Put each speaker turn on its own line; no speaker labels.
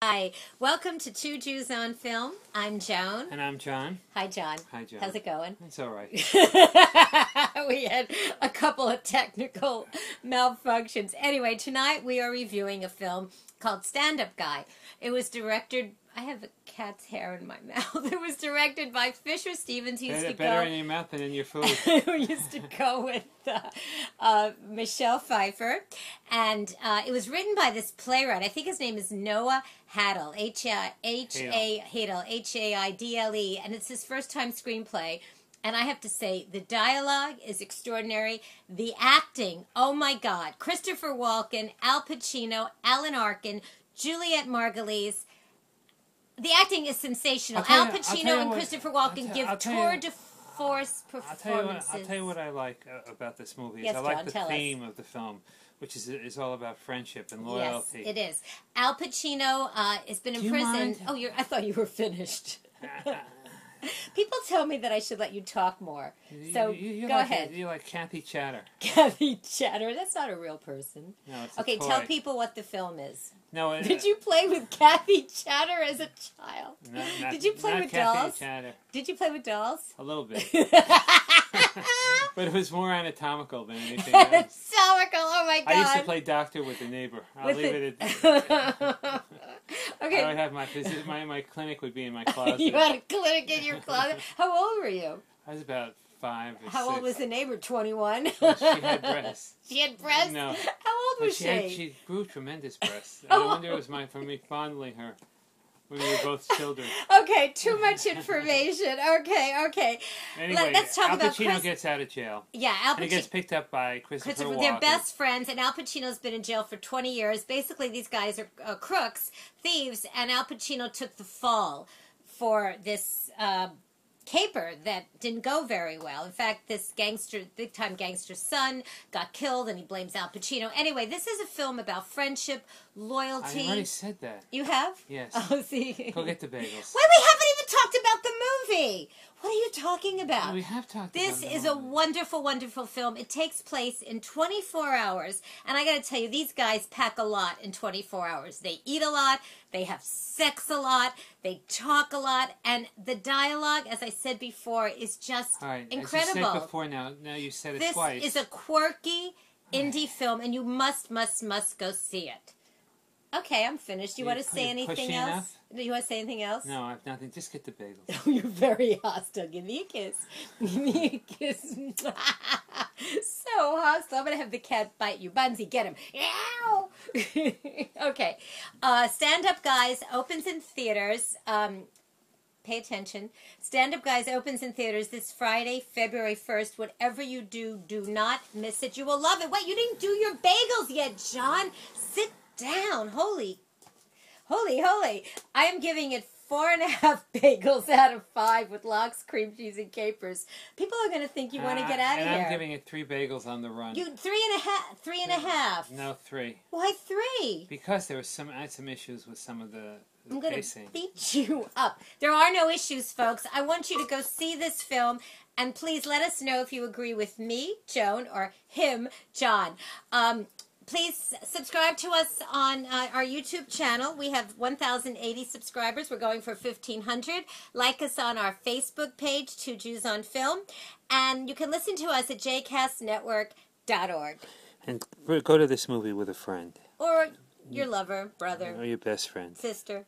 Hi, welcome to Two Jews on Film. I'm Joan.
And I'm John.
Hi, John.
Hi, Joan.
How's it going?
It's all right.
we had a couple of technical malfunctions. Anyway, tonight we are reviewing a film called Stand Up Guy. It was directed. I have a cat's hair in my mouth. It was directed by Fisher Stevens. He used
better
to
better
go.
in your mouth than in your food.
who used to go with uh, uh, Michelle Pfeiffer. And uh, it was written by this playwright. I think his name is Noah Haddle. H A H A Haddle. H A I D L E. And it's his first time screenplay. And I have to say, the dialogue is extraordinary. The acting, oh my God. Christopher Walken, Al Pacino, Alan Arkin, Juliet Margulies. The acting is sensational.
I'll tell
Al
you- I'll tell
Pacino
you
and
what-
Christopher
I'll
Walken
tell-
give
I'll tell you-
tour de force performances.
I'll tell you what. I'll tell you what I like uh, about this movie. Is
Yes,
I like
John,
the
tell us.
theme of the film, which is is all about friendship and loyalty.
Yes, it is. Al Pacino uh, has been in
Do you
prison.
mind?
Oh, you're, I thought you were finished. People tell me that I should let you talk more.
You-
So
you, you
go
like,
ahead.
You like Kathy Chatter?
Kathy Chatter, that's not a real person.
No, it's a
Okay,
toy.
tell people what the film is.
No, it, uh,
Did you play with Kathy Chatter as a child?
no, not-
Did you play
not
with
Kathy
dolls?
Chatter,
Did you play with dolls?
a little bit,
so
but it was more anatomical than anything else.
hysterical! Oh my god!
I used to play doctor with the neighbor. I'll
With
leave
the-
it. at... I would
okay,
have my, visit- my my clinic would be in my closet.
you had a clinic in your closet. How old were you?
I was about five or
How
six.
old was the neighbor? 21.
she had breasts.
She had breasts?
No.
How old
But
was
she,
she?
had, she grew tremendous breasts. And I wonder it was my for me fondling her when we were both children.
Okay, too much information. Okay, okay.
Anyway,
let's talk
Al
about
Pacino
Chris-
gets out of jail.
Yeah, Al
And he
Pacino.
gets picked up by Christopher,
Christopher,
Walken.
they're best friends, and Al Pacino's been in jail for 20 years. Basically, these guys are uh, crooks, thieves, and Al Pacino took the fall for this uh, caper that didn't go very well. In fact, this gangster, big time gangster's son, got killed, and he blames Al Pacino. Anyway, this is a film about friendship,
I
loyalty.
already said that.
You have?
Yes.
Oh, see.
Go get the bagels.
Wait, we haven't even talked about the movie. What are you talking about?
We have talked
This
about
is a
that.
wonderful, wonderful film. It takes place in 24 hours. And I got to tell you, these guys pack a lot in 24 hours. They eat a lot, they have sex a lot, they talk a lot. And the dialogue, as I said before, is just
All right. As you said
incredible.
before now, now you said it
This
twice.
is a quirky indie film, and you must, must, must go see it. Okay, I'm finished. You
You
want to
pu-
say
you
anything
pushy
else? Do you want to say anything else?
No, I have nothing. Just get the bagels.
You're very hostile. Give me a kiss. Give me a kiss. so hostile. I'm going to have the cat bite you. Bunzi, get him. Ow! okay. Uh, Stand Up Guys opens in theaters. Um, pay attention. Stand Up Guys opens in theaters this Friday, February 1st. Whatever you do, do not miss it. You will love it. Wait, you didn't do your bagels yet, John. Sit down. Holy Holy, holy. I am giving it four and a half bagels out of five with lox, cream cheese, and capers. People are going to think you want to
Uh,
get out of
and
here.
I'm giving it three bagels on the run.
you three and a half. Three and a half.
No, three.
Why three?
Because there was some I had some issues with some of the, the
I'm going to
pacing.
beat you up. There are no issues, folks. I want you to go see this film and please let us know if you agree with me, Joan, or him, John. Um, please subscribe to us on uh, our YouTube channel. We have 1,080 subscribers. We're going for 1,500. Like us on our Facebook page, Two Jews on Film. And you can listen to us at jcastnetwork.org
And go to this movie with a friend
or your lover, brother,
or your best friend.
sister,